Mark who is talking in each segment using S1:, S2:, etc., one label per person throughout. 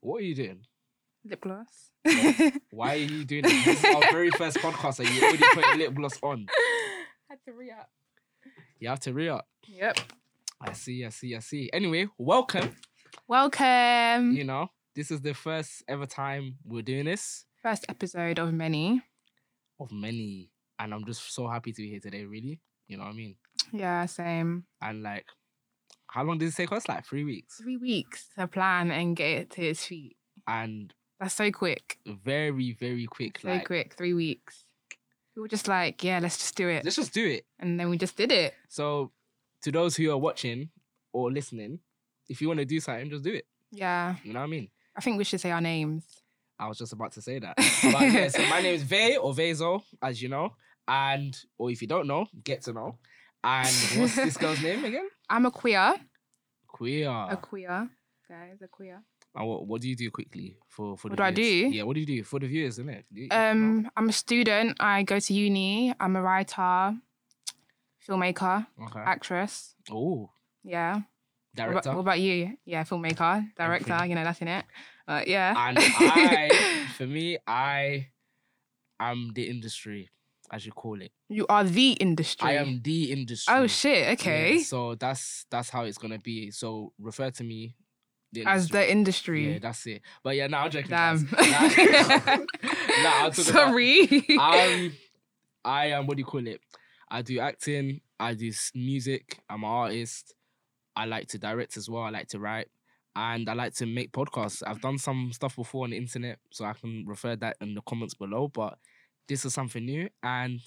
S1: What are you doing?
S2: Lip gloss.
S1: Why are you doing this? This is our very first podcast and you already put lip gloss on.
S2: Had to re up.
S1: You have to re up.
S2: Yep.
S1: I see, I see, I see. Anyway, welcome.
S2: Welcome.
S1: You know, this is the first ever time we're doing this
S2: First episode of many.
S1: of many. And I'm just so happy to be here today, really. You know what I mean?
S2: Yeah, same.
S1: And like, how long did it take us? Like three weeks.
S2: Three weeks to plan and get it to its feet.
S1: And
S2: That's so quick.
S1: very, very quick.
S2: So
S1: like,
S2: quick. Three weeks. We were just like, yeah, let's just do it.
S1: let's just do it.
S2: and then we just did it.
S1: So, to those who are watching or listening, if you want to do something, just do it.
S2: Yeah.
S1: You know what I mean?
S2: I think we should say our names.
S1: I was just about to say that. But yeah, so my name is Vay or Vezo, as you know. And, or if you don't know, get to know. And what's this girl's name again?
S2: I'm a queer.
S1: Queer.
S2: A queer. Guys, a queer.
S1: And what, what do you do quickly for, for the
S2: What do I
S1: viewers?
S2: do?
S1: Yeah, what do you do for the viewers, isn't it?
S2: Um, I'm a student. I go to uni. I'm a writer, filmmaker,
S1: okay.
S2: actress.
S1: Oh,
S2: Yeah. What about,
S1: director.
S2: what about you? Yeah, filmmaker, director.
S1: Everything.
S2: You know, that's in it. But yeah.
S1: and I, for me, I am the industry, as you call it.
S2: you are the industry.
S1: I am the industry.
S2: Oh shit.
S1: Yeah,
S2: Okay.
S1: so that's that's how it's gonna be. So refer to me the
S2: As the
S1: Yeah,
S2: industry.
S1: that's it. But yeah, now I'm joking. guys.
S2: Damn.
S1: Nah, Nah, I'll talk about- Ah,
S2: Sorry.
S1: I'm, Um, I am, what do you call it? I do acting, I do s- music, I'm an artist. I like to direct as well, I like to write, and I like to make podcasts. I've done some stuff before on the internet, so I can refer that in the comments below. But this is something new, and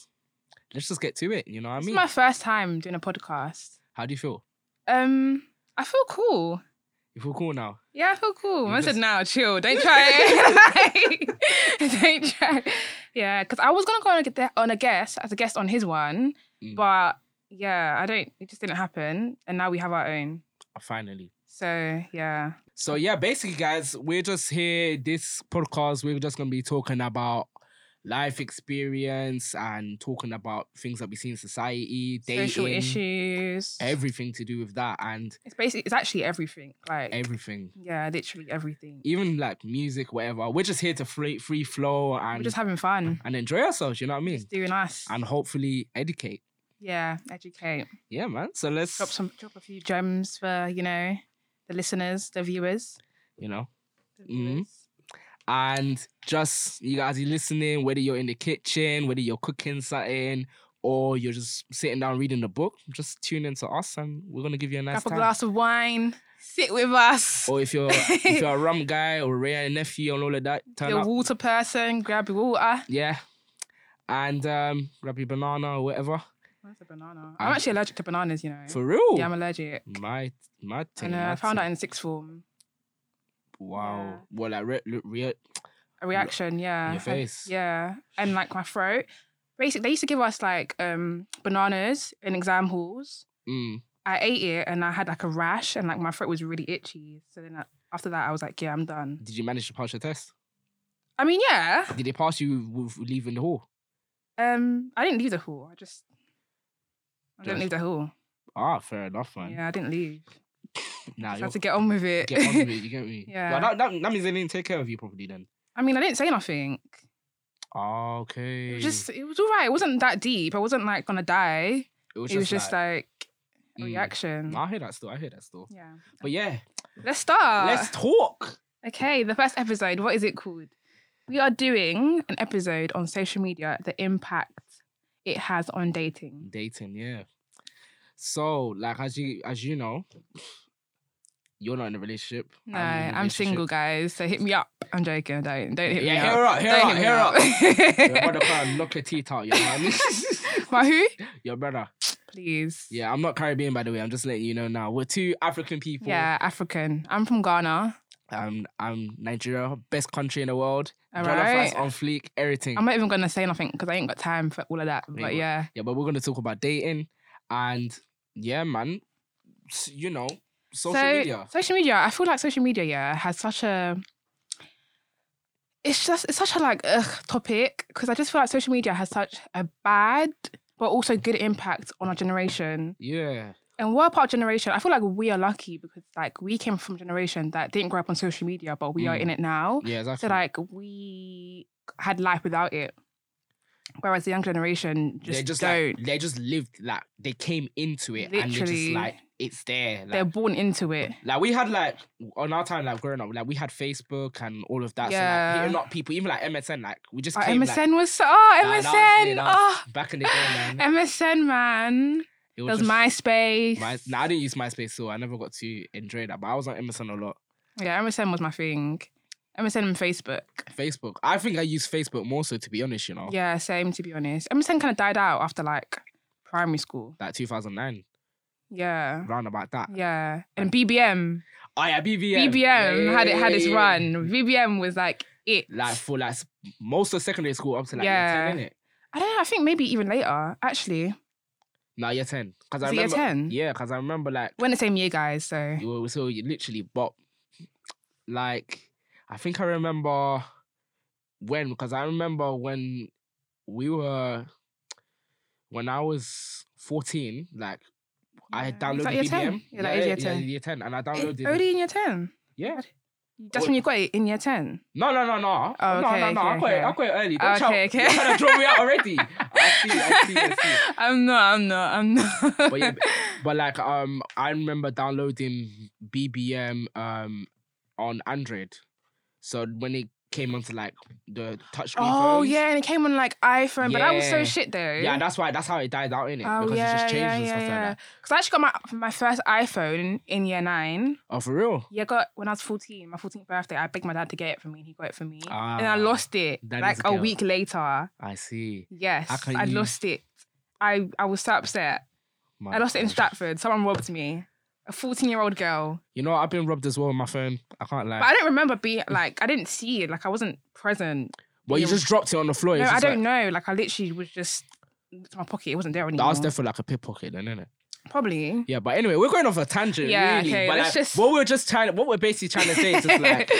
S1: let's just get to it. You know what I
S2: This
S1: mean?
S2: is my first time doing a podcast.
S1: How do you feel?
S2: Um, I feel cool.
S1: You feel cool now?
S2: Yeah, I feel cool.
S1: You
S2: I said,
S1: just-
S2: now, chill. Don't try it. Like, don't try. Yeah, because I was gonna go on a, gu- on a guest as a guest on his one,
S1: Mm.
S2: but yeah, I don't. It just didn't happen, and now we have our own.
S1: Finally.
S2: So yeah,
S1: So yeah, basically, guys, we're just here. This podcast, we're just gonna be talking about life experience and talking about things that we see in society, dating,
S2: social issues.
S1: everything to do with that, and
S2: it's basically it's actually everything. Like
S1: everything,
S2: yeah, literally everything.
S1: even like music, whatever. We're just here to free, free flow
S2: We're
S1: and
S2: just having fun,
S1: and enjoy ourselves. You know what I mean?
S2: just doing us.
S1: And hopefully educate.
S2: yeah, educate.
S1: Yeah, man. So let's
S2: Drop some, drop a few gems for you know the listeners, the viewers.
S1: you know.
S2: The
S1: Mhm.
S2: viewers.
S1: and just you guys are listening, whether you're in the kitchen, whether you're cooking something, or you're just sitting down reading a book, just tune in to us and we're gonna give you a nice
S2: Grab a
S1: time.
S2: glass of wine. Sit with us.
S1: Or if you're if you're a rum guy or rare nephew and all of that, turn
S2: You're a
S1: up.
S2: water person. Grab your water.
S1: Yeah. And um grab your banana or whatever.
S2: That's a banana.
S1: Um,
S2: I'm actually allergic to bananas. You know.
S1: For real.
S2: yeah, I'm allergic.
S1: my my thing.
S2: And uh,
S1: my
S2: I found
S1: thing.
S2: out in sixth form.
S1: Wow.
S2: yeah.
S1: Well like re- re- re-
S2: A reaction. Yeah.
S1: your
S2: I-
S1: face.
S2: yeah, and like my throat. Basically, they used to give us like um bananas in exam halls.
S1: mm,
S2: I ate it and I had like a rash and like my throat was really itchy. So then I, after that, I was like, yeah, I'm done.
S1: did you manage to pass your test?
S2: I mean, yeah.
S1: Did they pass you with leaving the hall?
S2: Um, I didn't leave the hall. I just I didn't
S1: Just-
S2: leave the hall.
S1: Ah, fair enough, man.
S2: Yeah, I didn't leave.
S1: Nah,
S2: Just
S1: you're
S2: had to get on with it.
S1: get on with it. You get me?
S2: Yeah.
S1: Well, that, that, that means they didn't take care of you properly then.
S2: I mean, I didn't say nothing. It
S1: Okay.
S2: was just it was all right. It wasn't that deep. I wasn't like gonna die.
S1: It was
S2: It was just like, a
S1: mm.
S2: reaction.
S1: I hear that still. I hear that still.
S2: Yeah.
S1: But yeah,
S2: Let's start.
S1: let's talk.
S2: Okay, the first episode, what is it called? We are doing an episode on social media, the impact it has on dating.
S1: Dating, yeah. So, like, as you as you know, you're not in a relationship.
S2: No,
S1: in a
S2: I'm,
S1: relationship.
S2: single, guys, so hit me up. I'm joking, don't don't hit me
S1: Yeah,
S2: up.
S1: hear up, hear
S2: Don't
S1: up, hear up.
S2: hit me
S1: Your brother can't knock your teeth out. You know what I mean?
S2: My who?
S1: your brother.
S2: Please.
S1: Yeah, I'm not Caribbean, by the way. I'm just letting you know now. We're two African people.
S2: Yeah, African. I'm from Ghana.
S1: Um, I'm Nigeria, best country in the world.
S2: All
S1: Jollof rice
S2: right.
S1: on fleek, everything.
S2: I'm not even gonna say nothing because I ain't got time for all of that.
S1: ain't
S2: But
S1: got-
S2: yeah.
S1: yeah, but we're gonna talk about dating and yeah, man, s- you know, social
S2: so,
S1: media.
S2: Social media. I feel like social media, yeah, has such a. It's just it's such a like ugh topic because I just feel like social media has such a bad but also good impact on our generation,
S1: Yeah,
S2: And what about generation? I feel like we are lucky because like we came from a generation that didn't grow up on social media, but we are
S1: Mm.
S2: in it now.
S1: Yeah, exactly.
S2: So like we had life without it. Whereas the young generation just,
S1: they just
S2: don't.
S1: like they just lived like they came into it and they're just
S2: Literally.
S1: like it's there.
S2: They're
S1: Like,
S2: born into it.
S1: like we had like on our time like growing up, like we had Facebook and all of that. So
S2: Yeah.
S1: like hitting up people, even like MSN, like we just
S2: Oh,
S1: came
S2: MSN
S1: like,
S2: was so oh,
S1: Nah, that was it,
S2: MSN.
S1: that
S2: oh,
S1: was back in the day, man.
S2: MSN man.
S1: It
S2: There
S1: was
S2: was
S1: just-
S2: MySpace.
S1: My, nah, I didn't use MySpace, so I never got to enjoy that. But I was on MSN a lot.
S2: yeah, MSN was my thing. MSN and Facebook.
S1: Facebook. I think I used Facebook more so, to be honest, you know.
S2: Yeah, same to be honest. MSN kind of died out after like primary school.
S1: Like 2009,
S2: Yeah.
S1: round about that.
S2: Yeah. And BBM.
S1: Oh, yeah, BBM.
S2: BBM had it had its
S1: Yeah.
S2: run. BBM was like it.
S1: Like, for like s- most of secondary school up to like year 10,
S2: Yeah.
S1: innit?
S2: I don't know, I think maybe even later, actually.
S1: Nah, year 10. Because I
S2: Was it
S1: remember.
S2: year 10?
S1: Yeah, because I remember like,
S2: We're in the same year, guys, so
S1: you were, so you literally, but like, I think I remember when, because I remember when we were, when I was 14, like, I had
S2: Yeah. Was that
S1: downloaded
S2: year
S1: BBM.
S2: 10? Yeah, that is year 10.
S1: year 10. And I
S2: It-
S1: downloaded it.
S2: Only Eh, in year 10.
S1: Yeah.
S2: That's when you got it in year 10.
S1: No, no, no, no.
S2: Oh,
S1: no, no,
S2: okay,
S1: no. I
S2: okay,
S1: quit. I
S2: okay.
S1: quit early. Don't okay,
S2: Okay, okay.
S1: You're trying to draw me out already. I see, I see, I see.
S2: I'm not, I'm not, I'm not.
S1: But yeah, But like, um, I remember downloading BBM um on Android. So when it came onto like the touchscreen
S2: oh,
S1: phones,
S2: yeah, and it came on like iPhone, but that was so
S1: Yeah.
S2: shit though. Oh,
S1: yeah, that's why. That's how it died out in it because it just changed and stuff like that.
S2: Because I actually got my my first iPhone in year nine.
S1: Oh, for real?
S2: Yeah, I got when I was fourteen, my fourteenth birthday. I begged my dad to get it for me, and he got it for me. and
S1: Ah,
S2: I lost it
S1: that
S2: like
S1: is a
S2: a
S1: girl.
S2: week later.
S1: I see.
S2: Yes,
S1: How can
S2: I
S1: you-
S2: lost it. I I was so upset.
S1: My
S2: I lost it in
S1: gosh.
S2: Stratford. Someone robbed me. A fourteen-year-old girl.
S1: You know, I've been robbed as well on my phone. I can't lie.
S2: But I don't remember being like I didn't see it. Like I wasn't present.
S1: Well, you
S2: Yeah.
S1: just dropped it on the floor.
S2: No,
S1: it's
S2: I
S1: just
S2: don't
S1: like,
S2: know. Like I literally was just it's my pocket. It wasn't there anymore.
S1: That was definitely like a pickpocket, then, innit?
S2: Probably.
S1: Yeah, but anyway, we're going off a tangent.
S2: Yeah,
S1: really.
S2: okay,
S1: But
S2: let's
S1: like,
S2: just-
S1: what we're just trying, what we're basically trying to say is just like,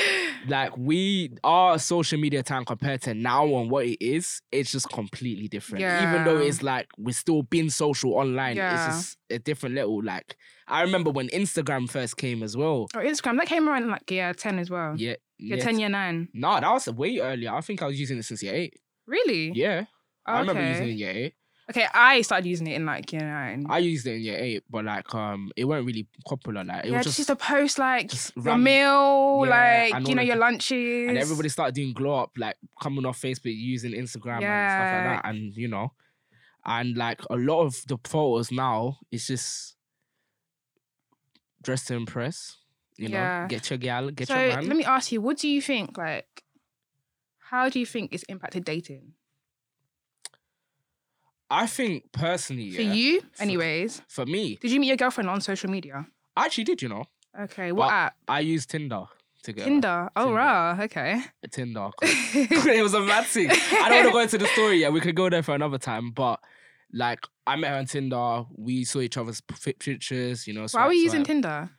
S1: like we our social media time compared to now and what it is, it's just completely different. Even though
S2: Yeah.
S1: it's like we're still being social online,
S2: Yeah.
S1: it's just a different level. Like I remember when Instagram first came as well.
S2: Or Instagram. That came around like year ten as well.
S1: Yeah,
S2: Year
S1: yeah.
S2: ten, year nine.
S1: No, that was way earlier. I think I was using it since year eight.
S2: Really?
S1: Yeah,
S2: Okay.
S1: I remember using it in year eight.
S2: Okay, I started using it in like year nine.
S1: I used it in year eight, but like um, it weren't really popular. Like it
S2: yeah,
S1: was
S2: just,
S1: just,
S2: to post like
S1: just
S2: your
S1: random-
S2: meal,
S1: Yeah, and
S2: like
S1: all
S2: you know
S1: of
S2: your
S1: the-
S2: lunches,
S1: and everybody started doing glow up, like coming off Facebook, using Instagram and
S2: Yeah.
S1: stuff like that, and you know, and like a lot of the photos now, it's just dress to impress. You know,
S2: Yeah.
S1: get your gal, get
S2: so
S1: your man.
S2: let me ask you, what do you think? Like, how do you think it's impacted dating
S1: I think personally, yeah,
S2: for
S1: for,
S2: you?
S1: For-
S2: Anyways,
S1: me,
S2: did you meet your girlfriend on social media?
S1: I actually did. You know,
S2: Okay, what
S1: Well,
S2: app?
S1: I used Tinder to get her.
S2: Tinder. Oh,
S1: Tinder.
S2: rah. Okay.
S1: Tinder. 'cause it was a mad thing. I don't want to go into the story yet. We could go there for another time, but like I met her on Tinder. We saw each other's p- pictures. You know,
S2: Why were you
S1: swipe,
S2: using
S1: swipe.
S2: Tinder?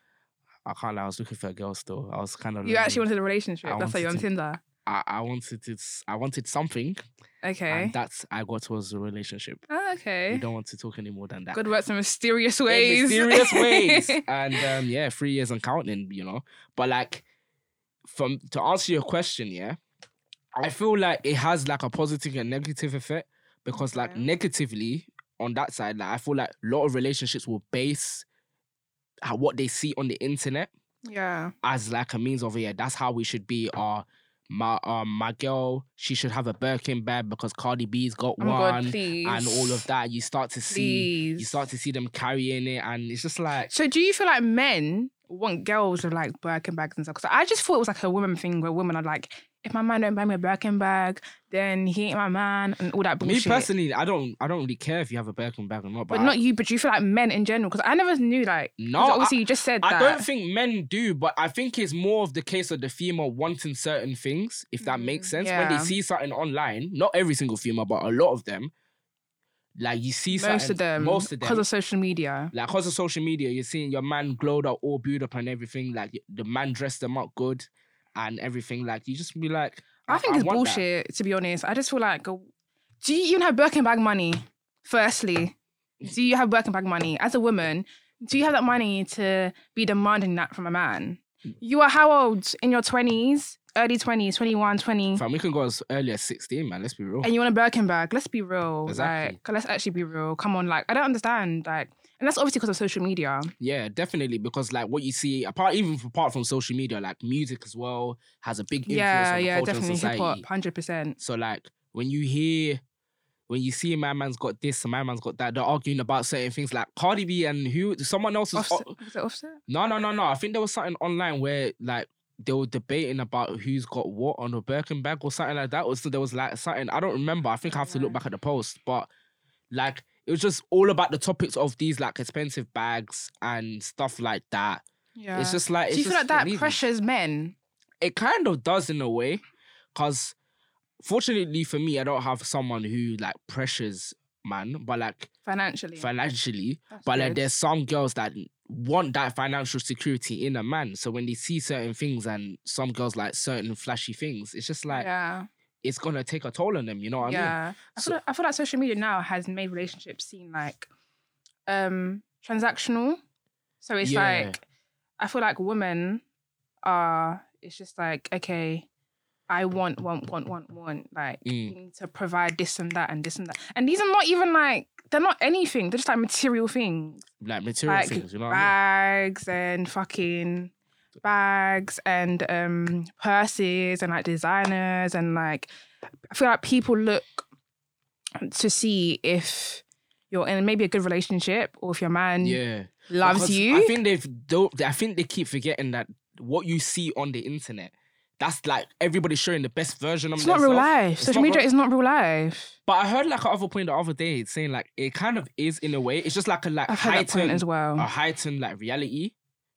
S1: I can't lie. I was looking for a girl still. I was kind of.
S2: You actually wanted a relationship.
S1: I
S2: That's why you're on
S1: wanted to-
S2: Tinder.
S1: I, I wanted it. I wanted something,
S2: Okay.
S1: and that's I got was a relationship.
S2: Ah,
S1: We
S2: okay.
S1: don't want to talk any more than that.
S2: God works in mysterious
S1: In
S2: ways.
S1: mysterious ways, and um, yeah, three years and counting. You know, but like, from to answer your question, yeah, I feel like it has like a positive and negative effect because like
S2: Okay.
S1: negatively on that side, like I feel like a lot of relationships will base how- what they see on the internet
S2: yeah.
S1: as like a means of yeah, that's how we should be. Uh, Or my um my girl, she should have a Birkin bag because Cardi B's got
S2: Oh
S1: one,
S2: my God, please.
S1: and all of that. You start to see,
S2: Please.
S1: you start to see them carrying it, and it's just like
S2: So do you feel like men want girls with like Birkin bags and stuff? Because I just thought it was like a woman thing where women are like, if my man don't buy me a Birkin bag, then he ain't my man and all that
S1: me
S2: bullshit.
S1: personally. I don't, I don't really care if you have a Birkin bag or not, but,
S2: but not you, but do you feel like men in general? Because I never knew like. 'cause
S1: no, I-
S2: obviously you just said
S1: I
S2: that.
S1: don't think men do, but I think it's more of the case of the female wanting certain things, if that makes
S2: Mm,
S1: sense. When
S2: yeah.
S1: they see something online, not every single female, but a lot of them, like you see
S2: most
S1: something-
S2: of them,
S1: most of them,
S2: because of social media.
S1: like because of social media, you're seeing your man glowed up, all build up and everything. Like y- the man dressed them up good and everything. Like you just be like,
S2: I think it's
S1: want that."
S2: bullshit, to be honest. I just feel like, uh, do you even have Birkin bag money? Firstly, do you have Birkin bag money? As a woman, do you have that money to be demanding that from a man? You are how old? In your 20s, early 20s, 21, 20.
S1: Fam, we can go as early as 16, man. Let's be real.
S2: and you want a Birkenbag. Let's be real.
S1: Exactly.
S2: Like, let's actually be real. Come on, like, I don't understand. Like, and that's obviously because of social media.
S1: Yeah, definitely. Because like what you see, apart even f- apart from social media, like music as well has a big influence
S2: yeah,
S1: on the
S2: yeah,
S1: culture
S2: definitely
S1: and
S2: hip hop,
S1: society.
S2: hundred percent.
S1: So like when you hear, when you see my man's got this and my man's got that, they're arguing about certain things like Cardi B and who someone else is.
S2: Offset, was it Offset?
S1: No, no, no, no. I think there was something online where like they were debating about who's got what on a Birkin bag or something like that. Or so there was like something I don't remember. I think I have to look
S2: Right.
S1: back at the post, but like it was just all about the topics of these like expensive bags and stuff like that.
S2: Yeah.
S1: It's just like it's
S2: Do you feel like
S1: just
S2: that
S1: uneven.
S2: pressures men?
S1: It kind of does in a way, because fortunately for me, I don't have someone who like pressures man, but like
S2: Financially,
S1: financially.
S2: That's
S1: But like,
S2: good.
S1: there's some girls that want that financial security in a man. So when they see certain things and some girls like certain flashy things, it's just like
S2: yeah,
S1: it's gonna take a toll on them. You know what I mean?
S2: yeah. I feel,
S1: So-
S2: like, I feel like social media now has made relationships seem like um transactional. So it's
S1: Yeah.
S2: like I feel like women are. It's just like okay, I want, want, want, want, want. Like
S1: Mm.
S2: you need to provide this and that and this and that. And these are not even like they're not anything. They're just like material things.
S1: Like material
S2: Like,
S1: things. You know what I mean?
S2: bags and fucking bags and um purses and like designers and like I feel like people look to see if you're in maybe a good relationship or if your man
S1: Yeah.
S2: loves
S1: Because
S2: you.
S1: I think they've. don't- I think they keep forgetting that what you see on the internet. That's like everybody's showing the best version of
S2: it's not real
S1: themselves.
S2: life.
S1: It's
S2: Social
S1: not
S2: media
S1: real-
S2: is not real life.
S1: But I heard like an other point the other day saying like it kind of is in a way. It's just like a like
S2: I've heard that point
S1: heightened,
S2: as well.
S1: a heightened like reality.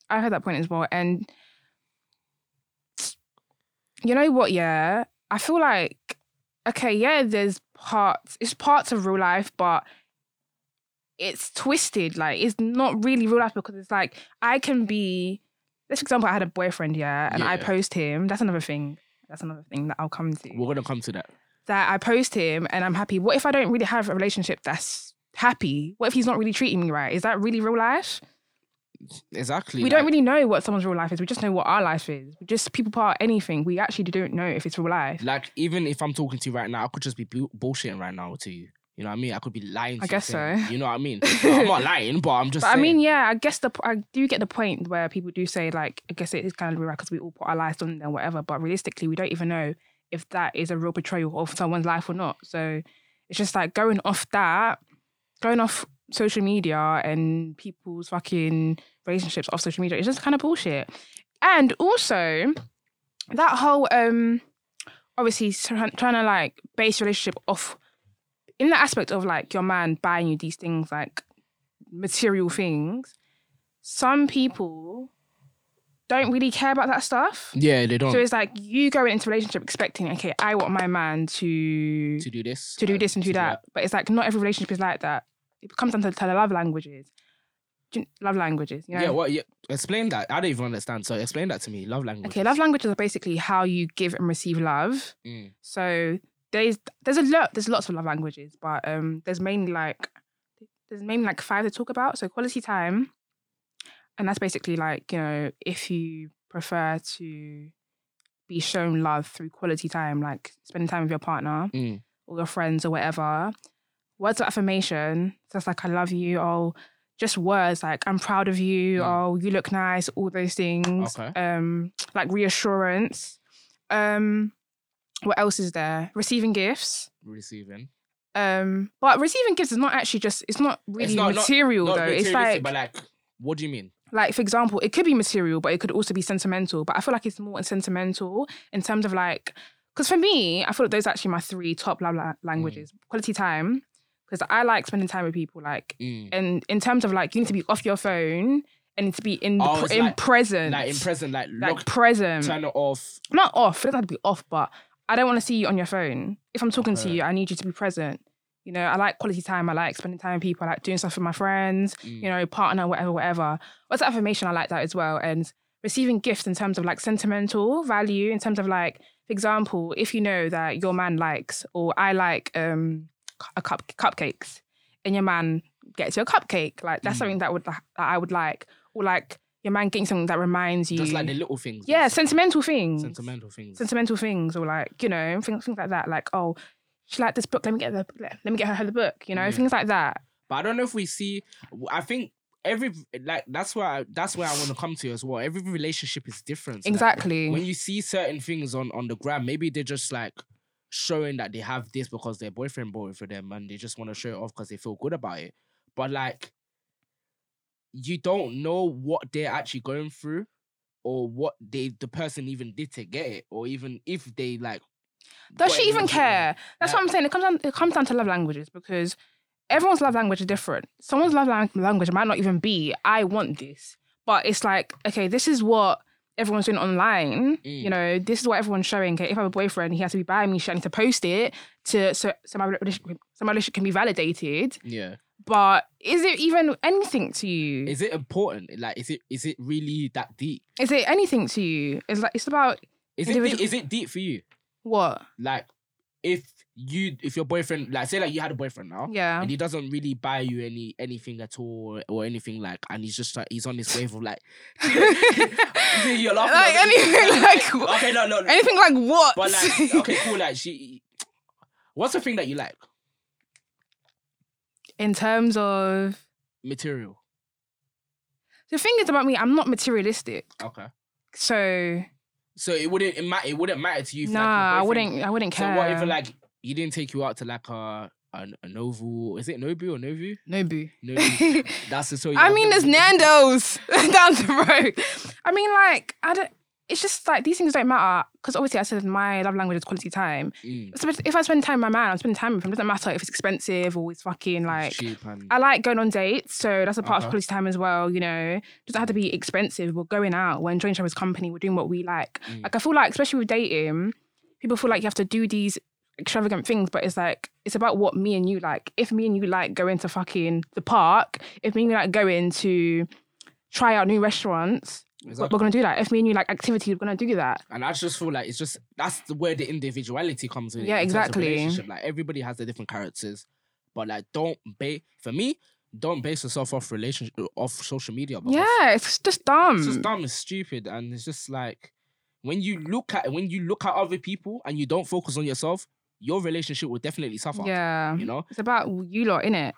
S2: I've heard that point as well. And you know what? Yeah, I feel like okay, yeah, there's parts. It's parts of real life, but it's twisted. Like it's not really real life because it's like I can be. Let's for example, I had a boyfriend, yeah, and I
S1: Yeah.
S2: post him. That's another thing. That's another thing that I'll come to
S1: We're gonna come to that.
S2: that I post him and I'm happy. What if I don't really have a relationship that's happy? What if he's not really treating me right? Is that really real life?
S1: Exactly.
S2: We don't
S1: like-
S2: really know what someone's real life is. We just know what our life is. We just people part anything. We actually don't know if it's real life.
S1: Like, even if I'm talking to you right now, I could just be bu- bullshitting right now to you. You know what I mean? I could be lying. To
S2: I
S1: you,
S2: guess
S1: saying-
S2: so.
S1: You know what I mean? No, I'm not lying, but I'm just.
S2: But I mean,
S1: saying.
S2: yeah, I guess the p- I do get the point where people do say like, I guess it is kind of real because we all put our lives on there, whatever. But realistically, we don't even know if that is a real portrayal of someone's life or not. So it's just like going off that, going off social media and people's fucking relationships off social media. It's just kind of bullshit. And also, that whole um, obviously trying to like base relationship off in the aspect of like your man buying you these things like material things, some people don't really care about that stuff.
S1: Yeah, they don't
S2: So it's like you go into relationship expecting, okay, I want my man to
S1: to do this.
S2: to do
S1: and
S2: this and do that. But it's like not every relationship is like that. It comes down to, to the love languages. Do you- Love languages, you know?
S1: Yeah. Well, yeah. Explain that. I don't even understand. So explain that to me. Love language.
S2: okay, love languages are basically how you give and receive love.
S1: Mm.
S2: So there's there's a lot there's lots of love languages, but um there's mainly like there's mainly like five to talk about. So quality time, and that's basically like you know if you prefer to be shown love through quality time, like spending time with your partner
S1: Mm.
S2: or your friends or whatever. Words of affirmation, so that's like I love you. Oh, just words like I'm proud of you.
S1: Mm.
S2: Oh, you look nice. All those things.
S1: Okay.
S2: Um, like reassurance. Um, what else is there? Receiving gifts.
S1: Receiving.
S2: Um, but receiving gifts is not actually just. It's not really
S1: not- not-
S2: material
S1: Not
S2: though. It's
S1: materialistic,
S2: like,
S1: but like, what do you mean?
S2: like for example, it could be material, but it could also be sentimental. But I feel like it's more sentimental in terms of like, because for me, I feel like those are actually my three top love la- languages:
S1: Mm.
S2: quality time, because I like spending time with people. Like,
S1: Mm.
S2: and in terms of like, you need to be off your phone and to be in the
S1: Oh,
S2: pre-
S1: it's
S2: in
S1: like-
S2: present,
S1: Like in present, like,
S2: like um,
S1: lock,
S2: present,
S1: turn it off.
S2: not off. It doesn't have to be off, but I don't want to see you on your phone. If I'm talking to
S1: Okay.
S2: you, I need you to be present. You know, I like quality time. I like spending time with people. I like doing stuff with my friends.
S1: Mm.
S2: You know, partner, whatever, whatever. What's that affirmation? I like that as well. And receiving gifts in terms of like sentimental value, in terms of like, for example, if you know that your man likes or I like um cu- a cup cupcakes, and your man gets you a cupcake. Like that's
S1: Mm.
S2: something that would that I would like, or like your man getting something that reminds you.
S1: mm. Just like the little things.
S2: yeah,
S1: basically.
S2: sentimental things.
S1: sentimental things.
S2: Sentimental things, or like you know things, things like that. Like oh, she liked this book. Let me get the let, let me get her the book. You know
S1: Yeah.
S2: things like that.
S1: But I don't know if we see. I think every like that's where I, that's where I want to come to as well. Every relationship is different. so, like,
S2: Exactly.
S1: when you see certain things on on the gram, maybe they're just like showing that they have this because their boyfriend bought it for them, and they just want to show it off because they feel good about it. But like, you don't know what they're actually going through, or what they the person even did to get it, or even if they like.
S2: Does
S1: got
S2: she
S1: it
S2: even
S1: legit, yeah.
S2: care? That's
S1: Like-
S2: what I'm saying. It comes down. It comes down to love languages because everyone's love language is different. Someone's love lang- language might not even be "I want this," but it's like, okay, this is what everyone's doing online.
S1: Mm.
S2: You know, this is what everyone's showing. Okay, if I have a boyfriend, he has to be buying me shit. I need to post it to so so my relationship, so my relationship can be validated.
S1: Yeah.
S2: But is it even anything to you?
S1: Is it important? Like, is it is it really that deep?
S2: is it anything to you? It's like it's about
S1: Is it deep,
S2: Individual-
S1: is it deep for you?
S2: what?
S1: Like, if you if your boyfriend like say like you had a boyfriend now,
S2: Yeah.
S1: and he doesn't really buy you any anything at all or, or anything like and he's just like he's on this wave of like you're laughing
S2: Like,
S1: already.
S2: anything like-
S1: okay no no no
S2: Anything like what?
S1: but like okay cool like she what's the thing that you like
S2: in terms of
S1: material
S2: the thing is about me, I'm not materialistic.
S1: okay
S2: So
S1: so it wouldn't it matter it wouldn't matter to you if, like, your
S2: nah, I
S1: boyfriend-
S2: wouldn't I wouldn't
S1: so
S2: care.
S1: what if like he didn't take you out to like a an, a novel is it nobu or novu
S2: no boo.
S1: nobu that's the story
S2: I mean there's Nando's down the road. I mean like I don't it's just like these things don't matter because obviously I said my love language is quality time.
S1: mm,
S2: So if- if I spend time with my man, I'm spending time with him. It doesn't matter if it's expensive or it's fucking like
S1: cheap and,
S2: I like going on dates, so that's a part
S1: Uh-huh.
S2: of quality time as well. You know, doesn't have to be expensive. We're going out, we're enjoying each other's company, we're doing what we like.
S1: Mm.
S2: Like I feel like, especially with dating, people feel like you have to do these extravagant things, but it's like it's about what me and you like. If me and you like going to fucking the park, if me and you like going to try out new restaurants,
S1: Exactly.
S2: we're gonna do that. If me and you like activities, we're gonna do that.
S1: And I just feel like it's just that's the where the individuality comes in.
S2: Yeah,
S1: in terms of
S2: exactly.
S1: relationship. Like everybody has their different characters, but like don't base for me. Don't base yourself off relationship off social media. because
S2: Yeah, it's just dumb.
S1: it's just dumb. It's stupid, and it's just like when you look at when you look at other people and you don't focus on yourself, your relationship will definitely suffer.
S2: Yeah.
S1: you know.
S2: It's about you lot, innit?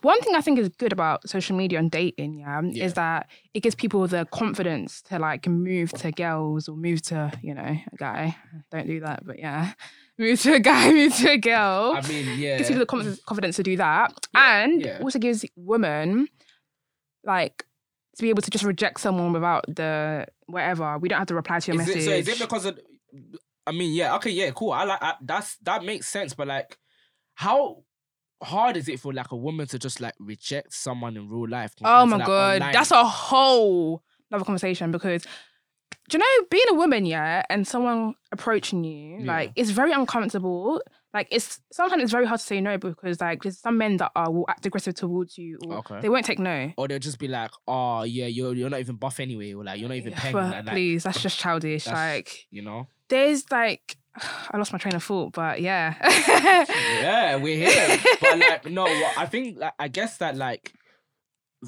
S2: One thing I think is good about social media and dating, yeah,
S1: Yeah.
S2: is that it gives people the confidence to like move to girls or move to, you know, a guy. Don't do that, but yeah. Move to a guy, move to a girl.
S1: I mean, yeah.
S2: Gives people the confidence, confidence to do that.
S1: Yeah,
S2: and
S1: yeah.
S2: also gives women like to be able to just reject someone without the whatever. We don't have to reply to your
S1: Is
S2: message.
S1: it, so is it because of? I mean, yeah. Okay, yeah. Cool. I like I, that's that makes sense. But like, how hard is it for like a woman to just like reject someone in real life?
S2: Oh
S1: compared to,
S2: my
S1: like,
S2: god,
S1: online?
S2: that's a whole another conversation because do you know being a woman, yeah, and someone approaching you,
S1: Yeah.
S2: like it's very uncomfortable. Like it's sometimes it's very hard to say no because like there's some men that are will act aggressive towards you or
S1: Okay.
S2: they won't take no.
S1: or they'll just be like, "Oh yeah, you're you're not even buff anyway," or like, "You're not even paying."
S2: But
S1: like, like,
S2: please, that's just childish.
S1: That's-
S2: Like
S1: you know?
S2: there's like I lost my train of thought, but yeah.
S1: Yeah, we're here. but like, no, what- I think like, I guess that like,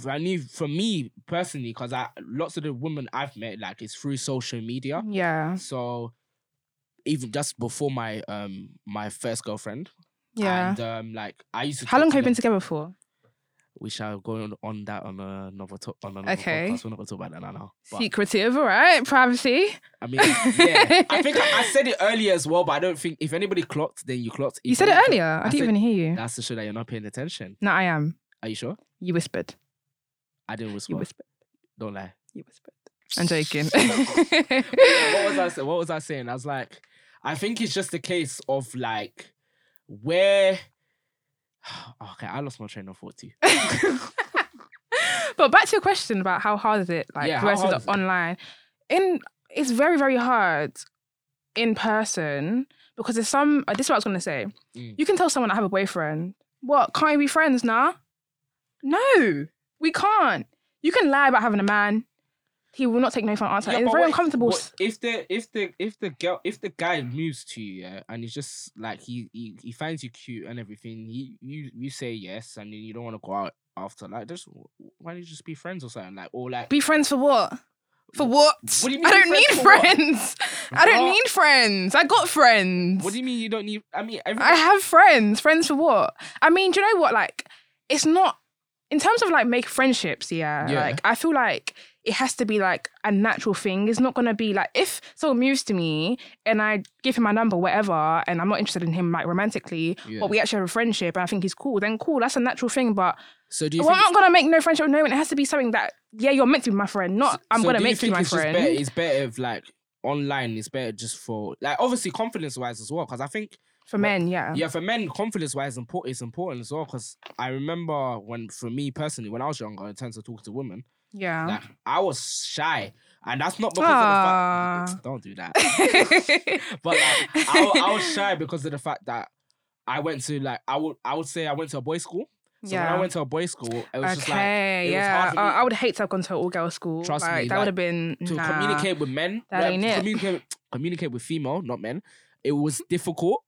S1: I knew for me personally, because I lots of the women I've met like it's through social media.
S2: yeah.
S1: So even just before my um my first girlfriend,
S2: Yeah.
S1: and um like I used to.
S2: How
S1: talk
S2: long
S1: to
S2: have you been
S1: them-
S2: together for?
S1: We shall go on, on that on another talk on another
S2: Okay.
S1: podcast. We're not gonna talk about that now. now. But-
S2: Secretive, all right, privacy.
S1: I mean, yeah. I think I, I said it earlier as well, but I don't think if anybody clocked, then you clocked.
S2: You
S1: If
S2: said it
S1: anybody clocked-
S2: earlier. I,
S1: I
S2: didn't
S1: said-
S2: even hear you.
S1: That's to show that you're not paying attention.
S2: No, I am.
S1: Are you sure?
S2: You whispered.
S1: I didn't whisper.
S2: You whispered.
S1: don't lie.
S2: You whispered. I'm joking.
S1: What was I? say- What was I saying? I was like, I think it's just a case of like where. Okay, I lost my train of thought too.
S2: but back to your question about how hard is it, like
S1: Yeah, how hard is
S2: versus
S1: it?
S2: online. In it's very very hard in person because there's some. uh, This is what I was gonna say.
S1: Mm.
S2: You can tell someone I have a boyfriend. What? Can't we be friends now? No, we can't. You can lie about having a man. He will not take no for an answer.
S1: Yeah,
S2: it's
S1: but
S2: very
S1: what-
S2: uncomfortable.
S1: what if the if the if the girl if the guy moves to you yeah, and he's just like he, he he finds you cute and everything, he you you say yes, and then you don't want to go out after. Like, just why don't you just be friends or something? Like, or like,
S3: Be friends for what? For what?
S1: What do you mean
S3: I don't
S1: friends
S3: need
S1: for what?
S3: friends. I don't
S1: What?
S3: need friends. I got friends.
S1: what do you mean you don't need? I mean,
S3: I
S1: everybody,
S3: have friends.
S2: friends for what? I mean, do you know what? Like, it's not in terms of like make friendships. Yeah,
S1: Yeah.
S2: like I feel like it has to be like a natural thing. It's not gonna be like if someone moves to me and I give him my number, whatever, and I'm not interested in him like romantically,
S1: Yeah.
S2: but we actually have a friendship and I think he's cool. Then cool, that's a natural thing. But
S1: so do you
S2: well, I'm
S1: think?
S2: not gonna make no friendship with no one. It has to be something that yeah, you're meant to be my friend. Not I'm
S1: so
S2: gonna
S1: do
S2: make you,
S1: think
S2: my
S1: it's just
S2: friend.
S1: Better, it's better if like online. It's better just for like obviously confidence wise as well. Because I think
S2: For men, yeah.
S1: yeah, for men, confidence wise, important is important as well. Because I remember when, for me personally, when I was younger, in terms of talking to women,
S2: Yeah.
S1: like I was shy, and that's not because of the
S2: Aw.
S1: fact. Don't do that. but like, I, wa- I was shy because of the fact that I went to like I would I would say I went to a boys' school. So when I
S2: Yeah.
S1: went to a boys' school, it was just like
S2: okay,
S1: it was
S2: yeah.
S1: hard for
S2: Uh,
S1: me-
S2: I would hate to have gone to an all girls school.
S1: Trust
S2: like,
S1: me,
S2: that
S1: like,
S2: would have been
S1: to
S2: nah.
S1: communicate with men.
S2: that
S1: like,
S2: ain't it.
S1: Communicate, communicate with female, not men. It was difficult,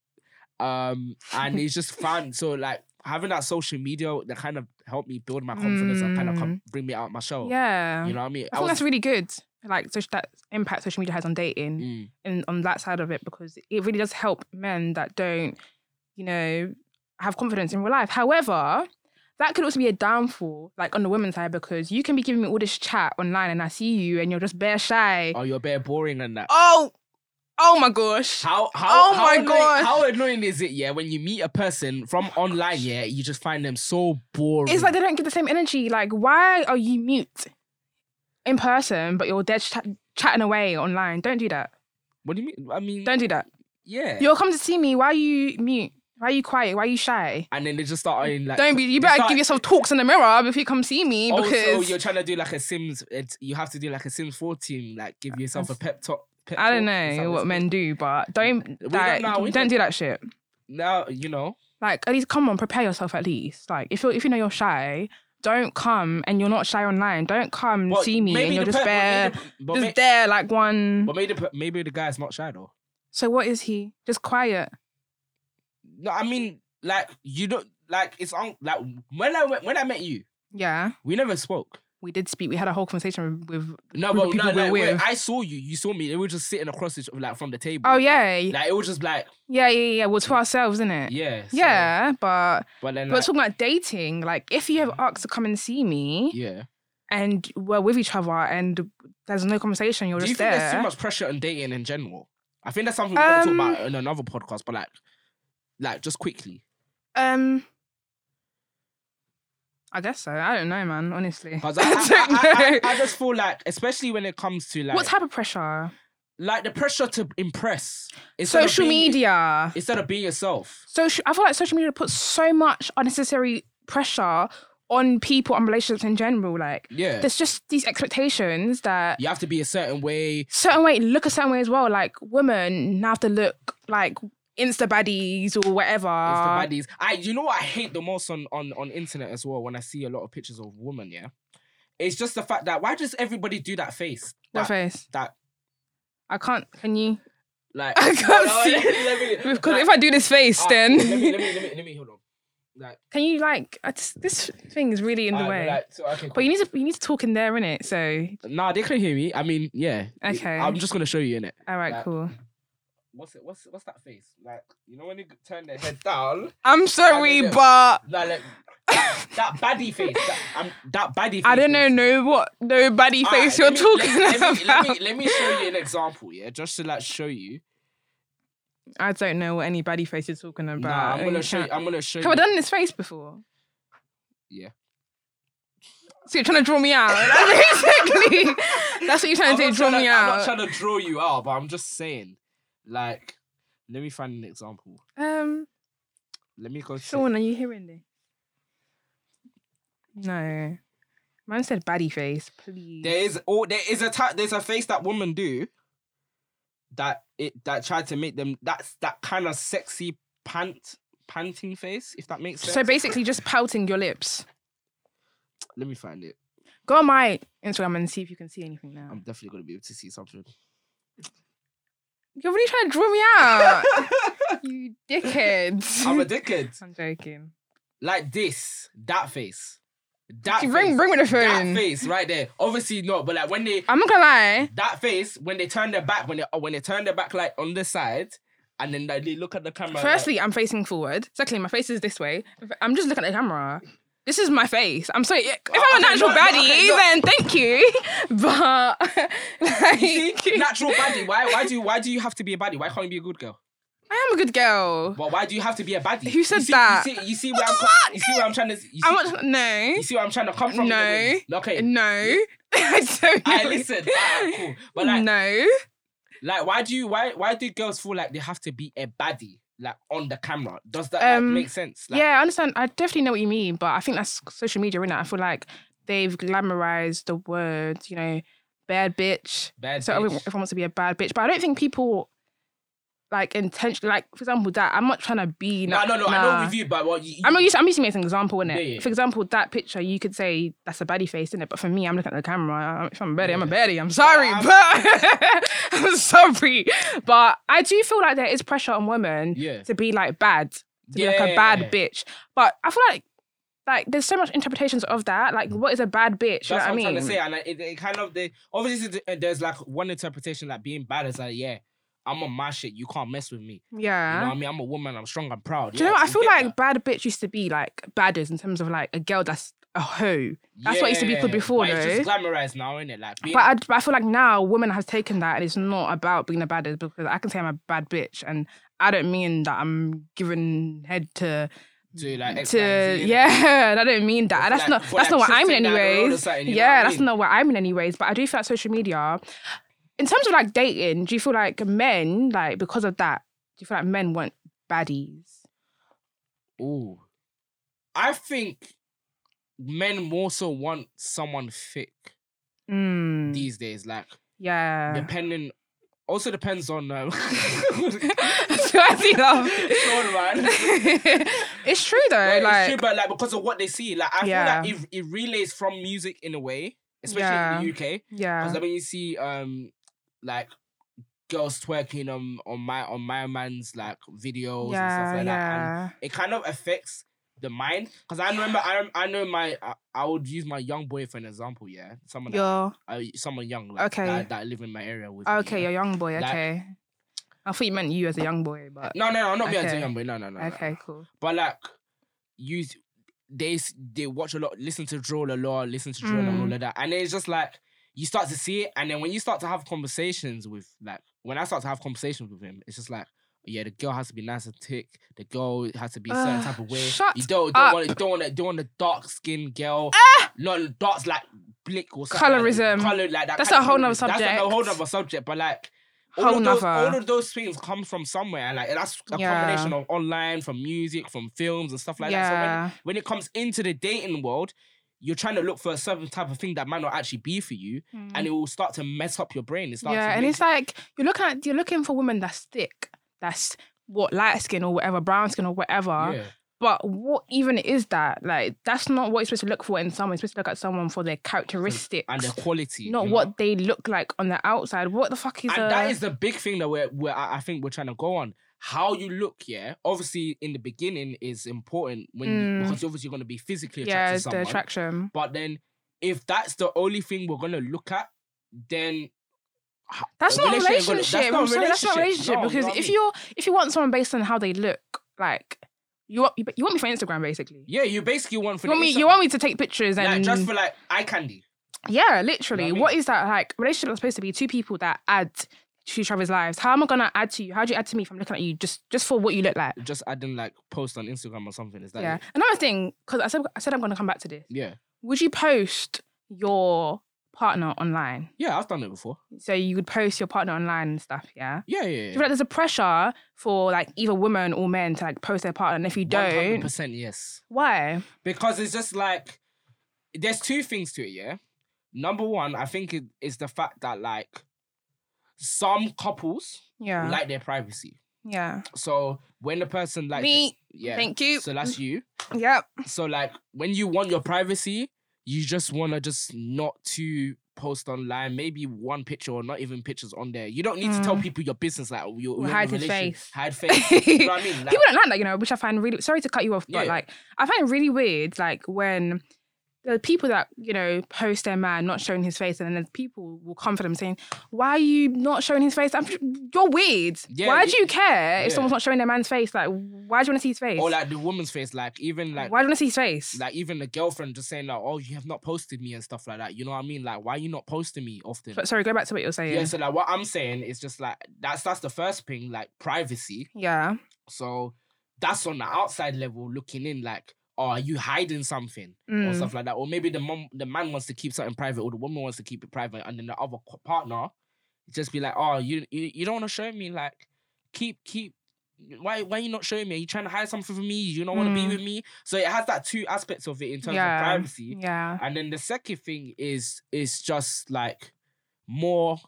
S1: um, and it's just fun. So like having that social media that kind of helped me build my confidence and kind of come, bring me out my shell.
S2: Mm. Yeah,
S1: You know what I mean?
S2: I think that's really good. Like so that impact social media has on dating
S1: Mm,
S2: and on that side of it because it really does help men that don't, you know, have confidence in real life. However, that could also be a downfall, like on the women's side, because you can be giving me all this chat online and I see you and you're just bare shy.
S1: oh, you're bare boring and that.
S3: Oh, oh my gosh.
S1: How how
S3: Oh
S1: how
S3: my
S1: annoying,
S3: gosh.
S1: how annoying is it, yeah, when you meet a person from online, yeah, you just find them so boring.
S2: Oh It's like they don't get the same energy. Like, why are you mute in person, but you're dead chat- chatting away online? Don't do that.
S1: what do you mean? I mean
S2: Don't do that.
S1: yeah.
S2: You'll come to see me. Why are you mute? Why are you quiet? Why are you shy?
S1: and then they just start in like
S2: Don't be. You
S1: it's
S2: better
S1: like-
S2: give yourself talks in the mirror if you come see me
S1: oh, so
S2: because
S1: you're trying to do like a Sims it's, you have to do like a Sims 4 team, like give yourself a pep talk. Pep
S2: I don't
S1: talk, is that
S2: know
S1: it's
S2: what men do, but don't
S1: We don't
S2: like,
S1: know, we
S2: don't
S1: don't-
S2: do that shit.
S1: called? now you know.
S2: Like at least come on, prepare yourself at least. Like if you if you know you're shy, don't come and you're not shy online. Don't come
S1: But
S2: see me
S1: maybe
S2: and you're
S1: the
S2: just
S1: pe-
S2: bare,
S1: but
S2: just
S1: maybe, the-
S2: there like one.
S1: but, may, but maybe, the- maybe the guy's not shy though.
S2: so what is he? Just quiet.
S1: No, I mean like you don't like it's on like when I went, when I met you,
S2: Yeah,
S1: we never spoke.
S2: we did speak. We had a whole conversation with. with
S1: No,
S2: group
S1: but
S2: of
S1: no,
S2: people we're
S1: like, when
S2: with.
S1: I saw you. You saw me. They were just sitting across each like from the table.
S2: oh yeah, yeah,
S1: Like it was just like
S2: yeah, yeah. We're to ourselves, isn't it?
S1: yeah, so-
S2: yeah, but
S1: But then
S2: But
S1: like,
S2: talking about dating, like if you have asked to come and see me
S1: yeah.
S2: and we're with each other and there's no conversation, you're
S1: Do you
S2: just
S1: think there's too
S2: there.
S1: much pressure on dating in general? I think that's something we're gonna
S2: Um,
S1: talk about in another podcast. But like, like just quickly,
S2: Um, I guess so. I don't know, man. Honestly,
S1: because I,
S2: I
S1: I,
S2: don't
S1: I- I-
S2: know.
S1: I just feel like, especially when it comes to like,
S2: what type of pressure?
S1: like the pressure to impress instead of
S2: Social
S1: being-
S2: media.
S1: instead of being yourself.
S2: Social. I feel like social media puts so much unnecessary pressure on people and relationships in general. Like
S1: Yeah,
S2: there's just these expectations that
S1: you have to be a certain way.
S2: certain way, look a certain way as well. Like women now have to look like insta baddies or whatever.
S1: It's the
S2: um,
S1: baddies. I you know what I hate the most on on on internet as well when I see a lot of pictures of women. Yeah, it's just the fact that why does everybody do that face?
S2: What
S1: That,
S2: face?
S1: that
S2: I can't. Can you?
S1: like
S2: I can't see. Because if I do this face,
S1: ah,
S2: then
S1: let me let me let me let me hold on. Like
S2: can you like? I just, this thing is really in the
S1: alright,
S2: way.
S1: Ah, Like, so, okay,
S2: but you need to you need to talk in there, innit? So
S1: cool. Nah, they couldn't hear me. I mean, yeah.
S2: Okay.
S1: I'm just gonna show you in it.
S2: all right,
S1: Like-
S2: cool.
S1: What's it? What's what's that face? Like you know when they turn their head down,
S3: I'm sorry,
S1: I don't know.
S3: but
S1: like, like that baddie face. That, um, that baddie. Face
S3: I don't know
S1: was-
S3: no what nobody
S1: Alright,
S3: face you're
S1: Ah, let me-
S3: talking
S1: let,
S3: about.
S1: let me, let, me, let me show you an example, yeah, just to like show you.
S2: I don't know what any baddie face you're talking about.
S1: nah, I'm
S2: You
S1: gonna show. You,
S2: can't-
S1: I'm gonna show.
S2: Have I
S1: you.
S2: done this face before?
S1: Yeah.
S2: So you're trying to draw me out. That's basically. That's what you're trying
S1: I'm
S2: to do.
S1: not
S2: Draw
S1: tryna-
S2: me
S1: I'm not
S2: out.
S1: trying to draw you out, but I'm just saying, like, let me find an example.
S2: Um,
S1: Let me go. to-
S2: Sean, are you hearing this? No. Mine said baddie face, please.
S1: There is all. There is a. Ta- there's a face that women do. That it that tried to make them. That's that kind of sexy pant panting face. If that makes sense.
S2: so basically, just pouting your lips.
S1: let me find it.
S2: Go on my Instagram and see if you can see anything now.
S1: I'm definitely gonna be able to see something.
S2: You're really trying to draw me out, you dickheads.
S1: I'm a dickhead.
S2: I'm joking.
S1: Like this. That face. That
S3: Bring,
S1: face,
S3: bring me the
S1: that
S3: phone.
S1: face right there. Obviously not, but like when they
S3: I'm not gonna lie.
S1: that face when they turn their back when they when they turn their back like on the side and then like, they look at the camera.
S3: Firstly, I'm facing forward. Secondly, my face is this way. I'm just looking at the camera. This is my face. I'm sorry. If I'm a
S1: okay,
S3: natural
S1: no, no,
S3: baddie,
S1: okay, no.
S3: then thank you. But like,
S1: like, natural baddie. Why why do you why do you have to be a baddie? Why can't you be a good girl?
S3: I am a good girl.
S1: Well, why do you have to be a baddie?
S3: Who said
S1: you see,
S3: that?
S1: You see, you see where I'm co- you see where I'm trying to you see,
S3: I'm not, no,
S1: you see where I'm trying to come from. in a way? Okay.
S3: no. I don't
S1: I
S3: know.
S1: listen. Alright, cool. But like,
S3: no,
S1: like, why do you why why do girls feel like they have to be a baddie like on the camera? Does that
S2: Um,
S1: like, make sense? Like,
S2: yeah, I understand. I definitely know what you mean, but I think that's social media, innit? I feel like they've glamorized the word, you know, bad bitch.
S1: bad.
S2: So
S1: bitch.
S2: everyone, everyone wants to be a bad bitch, but I don't think people like intentionally, like for example, that I'm not trying to be.
S1: no,
S2: like,
S1: no, no. I know with you, but what you, you
S2: I'm not using, I'm using it as an example, innit?
S1: Yeah, yeah.
S2: For example, that picture, you could say that's a baddie face, innit? But for me, I'm looking at the camera. If I'm a baddie, I'm a
S1: Yeah.
S2: baddie. I'm sorry,
S1: I'm-
S2: but I'm sorry. But I do feel like there is pressure on women
S1: yeah.
S2: to be like bad, to be like a bad bitch. But I feel like like there's so much interpretations of that. Like, what is a bad bitch?
S1: Mm. That's what
S2: you
S1: I'm
S2: know what I
S1: trying to
S2: mean?
S1: say, and like, it, it kind of they obviously th- uh, there's like one interpretation like being bad is like yeah, I'm on my shit, you can't mess with me.
S2: yeah.
S1: You know what I mean? I'm a woman, I'm strong, I'm proud.
S2: do you know
S1: Yeah,
S2: what? I
S1: we
S2: feel
S1: get
S2: like
S1: that.
S2: bad bitch used to be like badders in terms of like a girl that's a hoe. that's what it used to be called
S1: Yeah,
S2: before,
S1: but It's just
S2: though.
S1: glamorized now, isn't it? Like being
S2: But I, but I feel like now women have taken that and it's not about being a baddest because I can say I'm a bad bitch and I don't mean that I'm giving head to
S1: to like X, Y,
S2: to
S1: and Z, innit?
S2: yeah that don't mean that
S1: Or
S2: that's
S1: like-
S2: not
S1: for like
S2: that's not what I mean
S1: shifting down the road or
S2: anyways
S1: something, you know what I
S2: yeah that's
S1: mean?
S2: not what I mean anyways but I do feel like social media in terms of like dating do you feel like men like because of that do you feel like men want baddies
S1: Ooh. I think men more so want someone thick
S2: mm,
S1: these days. Like
S2: yeah
S1: depending also depends on um,
S2: That's what I see, love.
S1: Sean, man.
S2: it's true though
S1: But
S2: like
S1: it's true, but like because of what they see, like I
S2: Yeah.
S1: feel like it, it relays from music in a way, especially in the UK. Because
S2: yeah
S1: like, when you see um like girls twerking on on my on my man's like videos and stuff
S2: yeah
S1: like that, and
S2: yeah
S1: it kind of affects the mind. Because I remember, I, rem- I know my, I, I would use my young boy for an example. Yeah, someone, that,
S2: you're
S1: uh, someone young, like,
S2: Okay.
S1: that, that live in my area with. me,
S2: okay
S1: yeah.
S2: you're a young boy
S1: Like-
S2: okay I thought you meant you as a young boy but
S1: No, no, no, not me as a
S2: Okay.
S1: young boy. No, no, no. no,
S2: okay
S1: no.
S2: cool
S1: But like, you, s- they, s- they watch a lot, listen to drill a lot, listen to drill
S2: Mm.
S1: and all of that, and it's just like you start to see it, and then when you start to have conversations with, like, when I start to have conversations with him, it's just like. Yeah, the girl has to be nice and thick. The girl has to be a certain
S2: Ugh,
S1: type of way.
S2: shut
S1: you don't
S2: up. Ah!
S1: don't want don't want don't want a dark skinned girl. Not dark like blick or something.
S2: Colorism.
S1: Like, color, like that
S2: That's
S1: kind
S2: a
S1: of
S2: whole nother
S1: colorism. That's a whole
S2: subject.
S1: nother subject. But like all
S2: Whole
S1: of those,
S2: nother.
S1: all of those things come from somewhere. and, Like and that's a
S2: Yeah.
S1: combination of online, from music, from films and stuff like that. So
S2: yeah
S1: when, when it comes into the dating world, you're trying to look for a certain type of thing that might not actually be for you,
S2: Mm.
S1: and it will start to mess up your brain. It starts
S2: Yeah,
S1: to
S2: and
S1: make
S2: it's like you're looking at you're looking for women that's thick, that's what light skin or whatever, brown skin or whatever.
S1: you- yeah.
S2: But what even is that? Like that's not what you're supposed to look for in someone. You're supposed to look at someone for their characteristics,
S1: and the quality.
S2: not
S1: you know?
S2: what they look like on the outside. What the fuck is
S1: and that
S2: a-
S1: is the big thing that we're, we're I I think we're trying to go on. How you look, yeah. Obviously, in the beginning is important when you,
S2: Mm.
S1: because obviously you're gonna be physically attracted
S2: yeah,
S1: to
S2: it's the
S1: someone.
S2: attraction.
S1: but then, if that's the only thing we're gonna look at, then
S2: That's
S1: A
S2: not
S1: relationship ain't gonna-
S2: relationship.
S1: that's
S2: I'm
S1: not
S2: sorry, that's not
S1: relationship. Oh,
S2: relationship
S1: No, you
S2: because
S1: know what I
S2: if
S1: mean?
S2: you're if you want someone based on how they look, like you want you want me for Instagram basically.
S1: yeah, you basically want for
S2: You want
S1: the
S2: me
S1: Insta-
S2: you want me to take pictures and
S1: like, just for like eye candy.
S2: Yeah, literally.
S1: I mean?
S2: What is that like? Relationship is supposed to be two people that add to each other's lives. How am I gonna add to you? How do you add to me if I'm looking at you just just for what you look like?
S1: Just adding like post on Instagram or something. Is that
S2: Yeah.
S1: it?
S2: Another thing, because I said I said I'm gonna come back to this.
S1: yeah,
S2: Would you post your partner online?
S1: yeah? I've done it before.
S2: So you would post your partner online and stuff. Yeah.
S1: Yeah, yeah.
S2: I
S1: yeah.
S2: feel like there's a pressure for like either women or men to like post their partner, and if you don't,
S1: percent yes,
S2: why?
S1: because it's just like there's two things to it. Yeah, number one, I think it is the fact that like some couples
S2: Yeah.
S1: like their privacy.
S2: yeah.
S1: So when the person like
S3: Me.
S1: yeah,
S3: Thank you.
S1: so that's you.
S3: Yep.
S1: So like when you want your privacy, you just wanna just not to post online, maybe one picture or not even pictures on there. You don't need to tell
S2: Mm.
S1: people your business, like your,
S2: Or
S1: your
S2: hide your
S1: relation-
S2: face.
S1: hide face. you know what I mean? Like,
S2: people don't like that, you know, which I find really sorry to cut you off,
S1: Yeah,
S2: but
S1: yeah.
S2: like I find it really weird, like when there are people that you know post their man not showing his face, and then there's people will come for them saying, "Why are you not showing his face? I'm, you're weird.
S1: Yeah,
S2: why
S1: you-
S2: do you care if
S1: yeah.
S2: someone's not showing their man's face? Like, why do you want to see his face?
S1: Or like the woman's face, like even like
S2: why do you want to see his face?
S1: like even the girlfriend just saying like, oh, you have not posted me and stuff like that. You know what I mean? Like, why you not posting me often?
S2: but sorry, go back to what you were saying.
S1: Yeah, so like what I'm saying is just like that's that's the first thing, like privacy.
S2: Yeah.
S1: So that's on the outside level looking in, like, oh, are you hiding something or
S2: Mm.
S1: stuff like that? Or maybe the mom, the man wants to keep something private, or the woman wants to keep it private, and then the other co- partner just be like, oh, you you, you don't want to show me, like, keep keep. Why why you not showing me? Are you trying to hide something from me? You don't want to
S2: Mm.
S1: be with me. So it has that two aspects of it in terms
S2: Yeah.
S1: of privacy.
S2: Yeah.
S1: And then the second thing is is just like more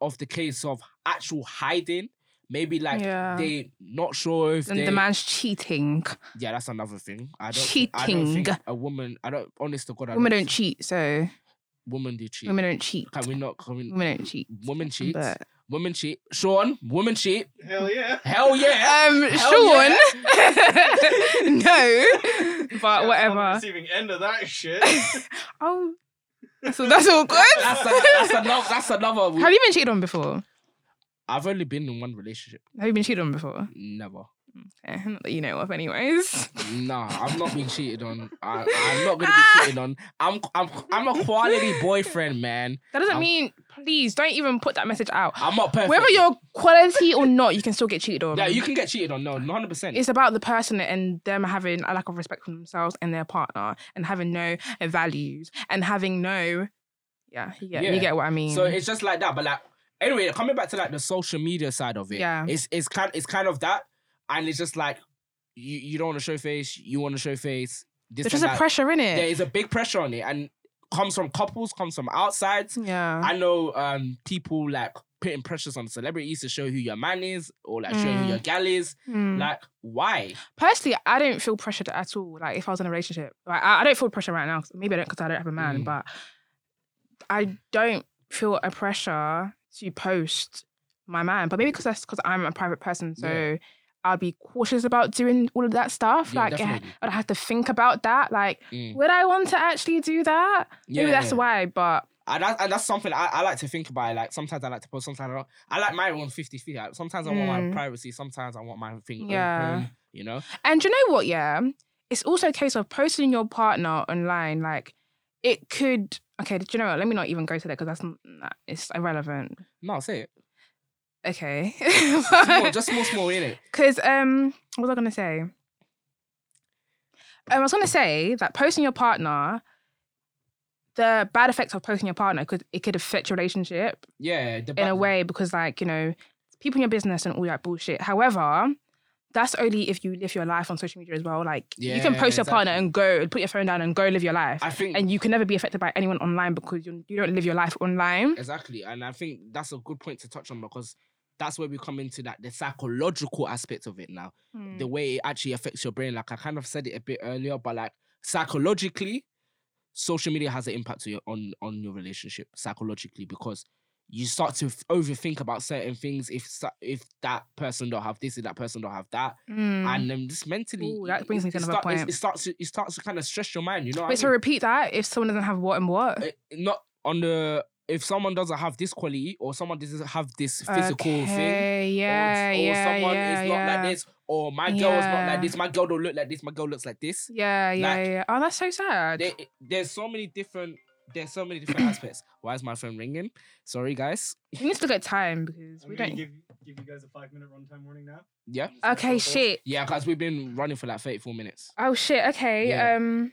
S1: of the case of actual hiding. Maybe like
S2: Yeah.
S1: they not sure if
S2: And
S1: they,
S2: the man's cheating.
S1: yeah, that's another thing. I don't thi- I don't think
S2: Cheating.
S1: a woman. I don't. Honest to God, I
S2: Women don't
S1: think
S2: cheat, so
S1: Women do cheat.
S2: women don't cheat.
S1: Can we not? Can we?
S2: Women don't cheat.
S1: Women cheat.
S2: But
S1: Women cheat. Sean, women cheat.
S4: Hell yeah.
S1: Hell yeah.
S2: um,
S1: Hell
S2: Sean,
S1: yeah.
S2: no, but
S4: That's On the
S2: whatever.
S4: receiving end of that shit.
S2: Oh, so that's all good.
S1: That's, a, that's another. That's another.
S2: Have you been cheated on before?
S1: I've only been in one relationship.
S2: Have you been cheated on before?
S1: Never.
S2: Eh, not that you know of, anyways.
S1: Nah, I'm not being cheated on. I, I'm not gonna be cheated on. I'm I'm I'm a quality boyfriend, man.
S2: That doesn't
S1: Um,
S2: mean. Please don't even put that message out.
S1: I'm not perfect.
S2: Whether you're quality or not, you can still get cheated on.
S1: yeah, you can get cheated on. No, 100. percent
S2: It's about the person and them having a lack of respect for themselves and their partner, and having no values, and having no. Yeah, you get,
S1: Yeah.
S2: you get what I mean.
S1: So it's just like that. But like anyway, coming back to like the social media side of it.
S2: Yeah.
S1: It's it's kind it's kind of that, and it's just like you you don't want to show face. You want to show face. This
S2: There's
S1: and
S2: just a
S1: that.
S2: pressure in
S1: There
S2: it.
S1: is a big pressure on it, and comes from couples, comes from outsides.
S2: Yeah.
S1: I know um people like putting pressures on celebrities to show who your man is or like show who
S2: Mm.
S1: your gal is.
S2: Mm.
S1: Like why?
S2: Personally, I don't feel pressured at all. Like if I was in a relationship, like I, I don't feel pressure right now. 'cause- Maybe I don't because I don't have a man,
S1: Mm.
S2: but I don't feel a pressure to post my man. But maybe because that's because I'm a private person, so
S1: Yeah.
S2: I'll be cautious about doing all of that stuff.
S1: Yeah,
S2: like eh,
S1: definitely.
S2: I'd have to think about that. Like
S1: Mm.
S2: would I want to actually do that? Maybe that's why. But
S1: And, that, and that's something I, I like to think about. Like sometimes I like to post, sometimes I don't. I like my own 50 feet. Like, sometimes I want
S2: Mm.
S1: my privacy, sometimes I want my thing.
S2: Yeah.
S1: Open, you know?
S2: and do you know what? Yeah, it's also a case of posting your partner online. Like it could. Okay, do you know what? Let me not even go to that because that's n- nah, it's irrelevant.
S1: No, say it.
S2: Okay.
S1: Small, just small, small, innit?
S2: Because um, what was I gonna say? Um, I was gonna say that posting your partner, the bad effects of posting your partner could it could affect your relationship
S1: Yeah. The
S2: in a
S1: ba-
S2: way because like you know people in your business and all that bullshit. However. That's only if you live your life on social media as well. Like you can
S1: Yeah,
S2: post your partner
S1: exactly.
S2: and go and put your phone down and go live your life,
S1: I think.
S2: and you can never be affected by anyone online because you you don't live your life online.
S1: exactly. And I think that's a good point to touch on because that's where we come into that the psychological aspect of it now.
S2: Mm.
S1: the way it actually affects your brain. Like I kind of said it a bit earlier, but like psychologically, social media has an impact to your, on on your relationship psychologically because you start to f- overthink about certain things. If so- if that person don't have this, if that person don't have that,
S2: Mm.
S1: and um, just mentally,
S2: Ooh, that brings me to
S1: it
S2: another
S1: start- it's-
S2: point.
S1: It starts to, it starts to kind of stress your mind. You know, what I
S2: Wait, so
S1: mean?
S2: repeat that. If someone doesn't have what and what,
S1: Uh, not on the if someone doesn't have this quality or someone doesn't have this physical thing
S2: Okay,
S1: or-
S2: Yeah,
S1: or,
S2: yeah,
S1: someone
S2: yeah,
S1: is not
S2: yeah.
S1: like this, or my girl is not
S2: Yeah.
S1: like this, my girl don't look like this, my girl looks like this.
S2: Yeah, yeah,
S1: Like-
S2: yeah. Oh, that's so sad.
S1: There, there's so many different, there's so many different aspects. Why is my phone ringing? Sorry, guys.
S2: we need to look at time because
S4: I'm
S2: we
S4: gonna
S2: don't.
S4: give, give you guys a five minute runtime warning now.
S1: Yeah,
S2: Okay, shit.
S1: yeah, because we've been running for like 34 minutes.
S2: Oh shit. Okay.
S1: Yeah.
S2: Um.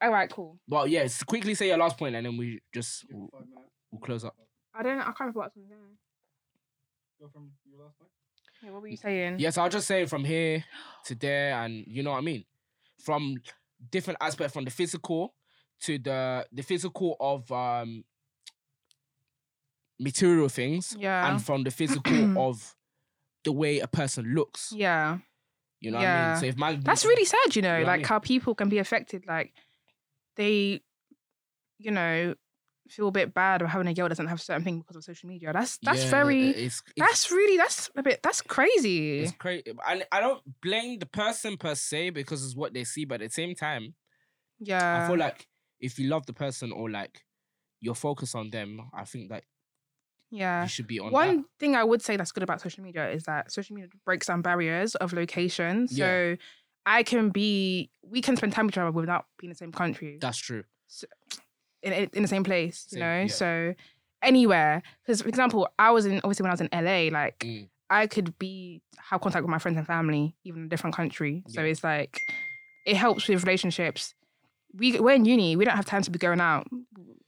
S2: All right. Cool.
S1: But yeah, s- quickly say your last point, and then we just we'll,
S4: Five minutes.
S1: we'll close up.
S2: I don't. I can't remember what I was going to say.
S4: Go from your last point.
S2: Okay, what were you saying?
S1: Yes, I'll just say from here to there, and you know what I mean. From different aspect, from the physical to the the physical of um material things,
S2: Yeah.
S1: and from the physical of the way a person looks.
S2: yeah.
S1: You know what I
S2: Yeah.
S1: mean? So if my
S2: That's really sad. You know,
S1: You know what I
S2: like
S1: mean?
S2: how people can be affected. Like they, you know, feel a bit bad about having a girl that doesn't have certain thing because of social media. That's that's
S1: Yeah,
S2: very.
S1: it's, it's,
S2: that's really. That's a bit. That's crazy.
S1: it's crazy. And I don't blame the person per se because it's what they see, but at the same time,
S2: yeah.
S1: I feel like if you love the person or like you're focused on them, I think that
S2: Yeah.
S1: you should be on
S2: One
S1: that.
S2: thing I would say that's good about social media is that social media breaks down barriers of location. So
S1: Yeah.
S2: I can be, we can spend time with each other without being in the same country,
S1: That's true.
S2: in, in in the same place,
S1: Same-
S2: you know?
S1: yeah.
S2: So anywhere. Because, for example, I was in, obviously, when I was in LA, like
S1: Mm.
S2: I could be, have contact with my friends and family, even in a different country. So
S1: Yeah.
S2: it's like, it helps with relationships. We, we're in uni, we don't have time to be going out.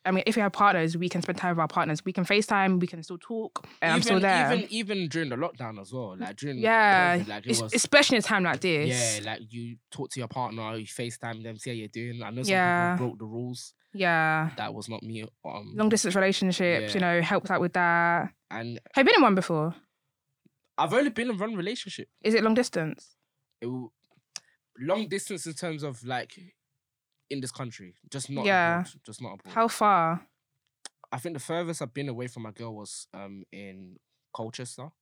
S2: I mean, if we have partners, we can spend time with our partners. We can FaceTime, we can still talk, and I'm still
S1: Even-
S2: there.
S1: Even even during the lockdown as well, like during
S2: Yeah,
S1: COVID, like it
S2: Es-
S1: was
S2: especially in a time like this.
S1: yeah, like you talk to your partner, you FaceTime them, see how you're doing. I know some
S2: Yeah.
S1: people broke the rules.
S2: Yeah.
S1: That was not me. Um,
S2: Long distance relationships, you know, helps out with that.
S1: and
S2: Have you been in one before?
S1: I've only been in one relationship.
S2: Is it long distance?
S1: It w- long distance in terms of like in this country, just not
S2: Yeah.
S1: abroad, just not abroad.
S2: How far?
S1: I think the furthest I've been away from my girl was um in Colchester,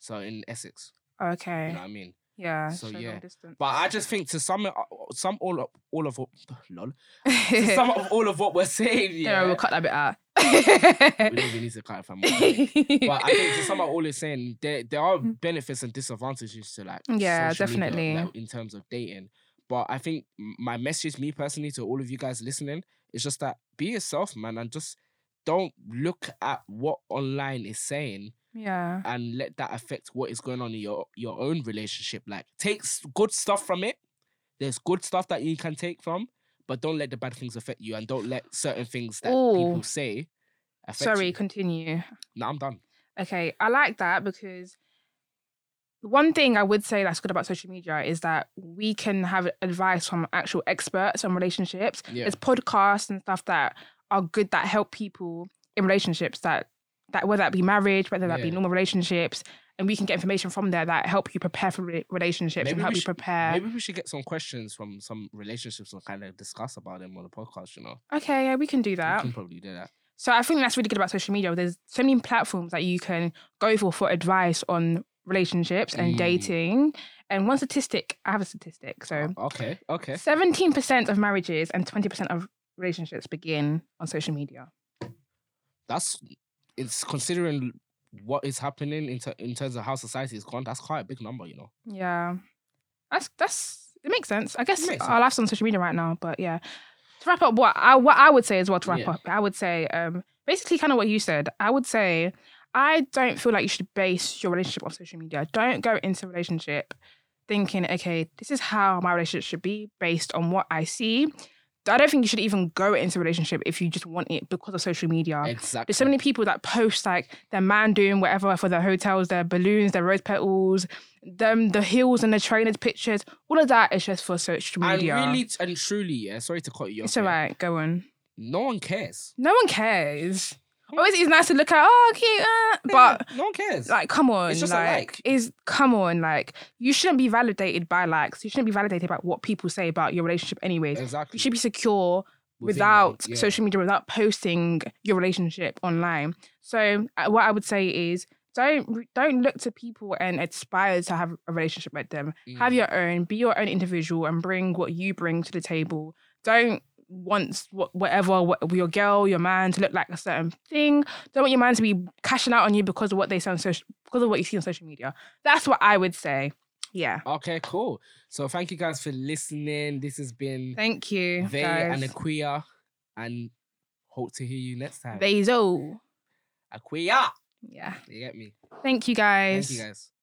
S1: so in Essex.
S2: Okay.
S1: You know what I mean?
S2: Yeah.
S1: So, yeah.
S2: Long distance.
S1: But I just think to sum it, up- sum all up, all of what, lol, to sum up all of what we're saying, yeah.
S2: Yeah, we'll cut that bit out.
S1: we don't even need to cut if I'm honest. But I think to sum up all it's saying, there there are benefits and disadvantages to like
S2: Mm. Yeah,
S1: social media,
S2: definitely.
S1: like, in terms of dating. But I think m- my message, me personally, to all of you guys listening, is just that be yourself, man, and just don't look at what online is saying
S2: yeah.
S1: and let that affect what is going on in your your own relationship. Like, take s- good stuff from it. There's good stuff that you can take from, but don't let the bad things affect you, and don't let certain things that
S2: Ooh.
S1: people say affect
S2: Sorry,
S1: you.
S2: continue.
S1: No, I'm done.
S2: Okay, I like that because one thing I would say that's good about social media is that we can have advice from actual experts on relationships.
S1: Yeah.
S2: There's podcasts and stuff that are good that help people in relationships that that whether that be marriage, whether that be
S1: Yeah.
S2: normal relationships, and we can get information from there that help you prepare for re- relationships
S1: Maybe
S2: and help
S1: we
S2: you
S1: should-
S2: prepare.
S1: Maybe we should get some questions from some relationships and kind of discuss about them on the podcast. You know,
S2: Okay, yeah, we can do
S1: we
S2: that.
S1: can probably do that.
S2: So I think that's really good about social media. There's so many platforms that you can go for for advice on relationships and
S1: Mm.
S2: dating. And one statistic, I have a statistic. So
S1: Okay, okay.
S2: seventeen percent of marriages and twenty percent of relationships begin on social media.
S1: That's it's considering what is happening in, ter- in terms of how society is gone. That's quite a big number, you know.
S2: Yeah, that's that's it makes sense. I guess
S1: It makes
S2: our life's on social media right now, but yeah. To wrap up, what I what I would say as well to wrap
S1: Yeah.
S2: up, I would say um, basically kind of what you said. I would say I don't feel like you should base your relationship on social media. Don't go into a relationship thinking, okay, this is how my relationship should be based on what I see. I don't think you should even go into a relationship if you just want it because of social media.
S1: Exactly.
S2: There's so many people that post like their man doing whatever for their hotels, their balloons, their rose petals, them the heels and the trainers pictures. All of that is just for social
S1: and
S2: media.
S1: really t- and truly, yeah. Sorry to cut you off.
S2: it's
S1: yeah,
S2: alright. Go on.
S1: No one cares.
S2: No one cares. Always it's nice to look at. Oh, cute. Uh, but
S1: Yeah, no one cares.
S2: like, come on.
S1: It's just a
S2: like,
S1: like.
S2: is come on. Like, you shouldn't be validated by likes. You shouldn't be validated by what people say about your relationship. Anyways,
S1: exactly.
S2: you should be secure
S1: Within your-
S2: without
S1: yeah.
S2: social media, without posting your relationship online. So uh, what I would say is don't don't look to people and aspire to have a relationship with them. Have
S1: Mm.
S2: your own, be your own individual, and bring what you bring to the table. Don't want wh- whatever wh- your girl, your man to look like a certain thing. Don't want your man to be cashing out on you because of what they say on social, because of what you see on social media. That's what I would say. Yeah.
S1: Okay, cool. So thank you guys for listening. This has been
S2: Thank you.
S1: They
S2: guys.
S1: and Aquia, and hope to hear you next time.
S2: They all.
S1: Aquia,
S2: Yeah.
S1: you get me.
S2: Thank you guys.
S1: Thank you guys.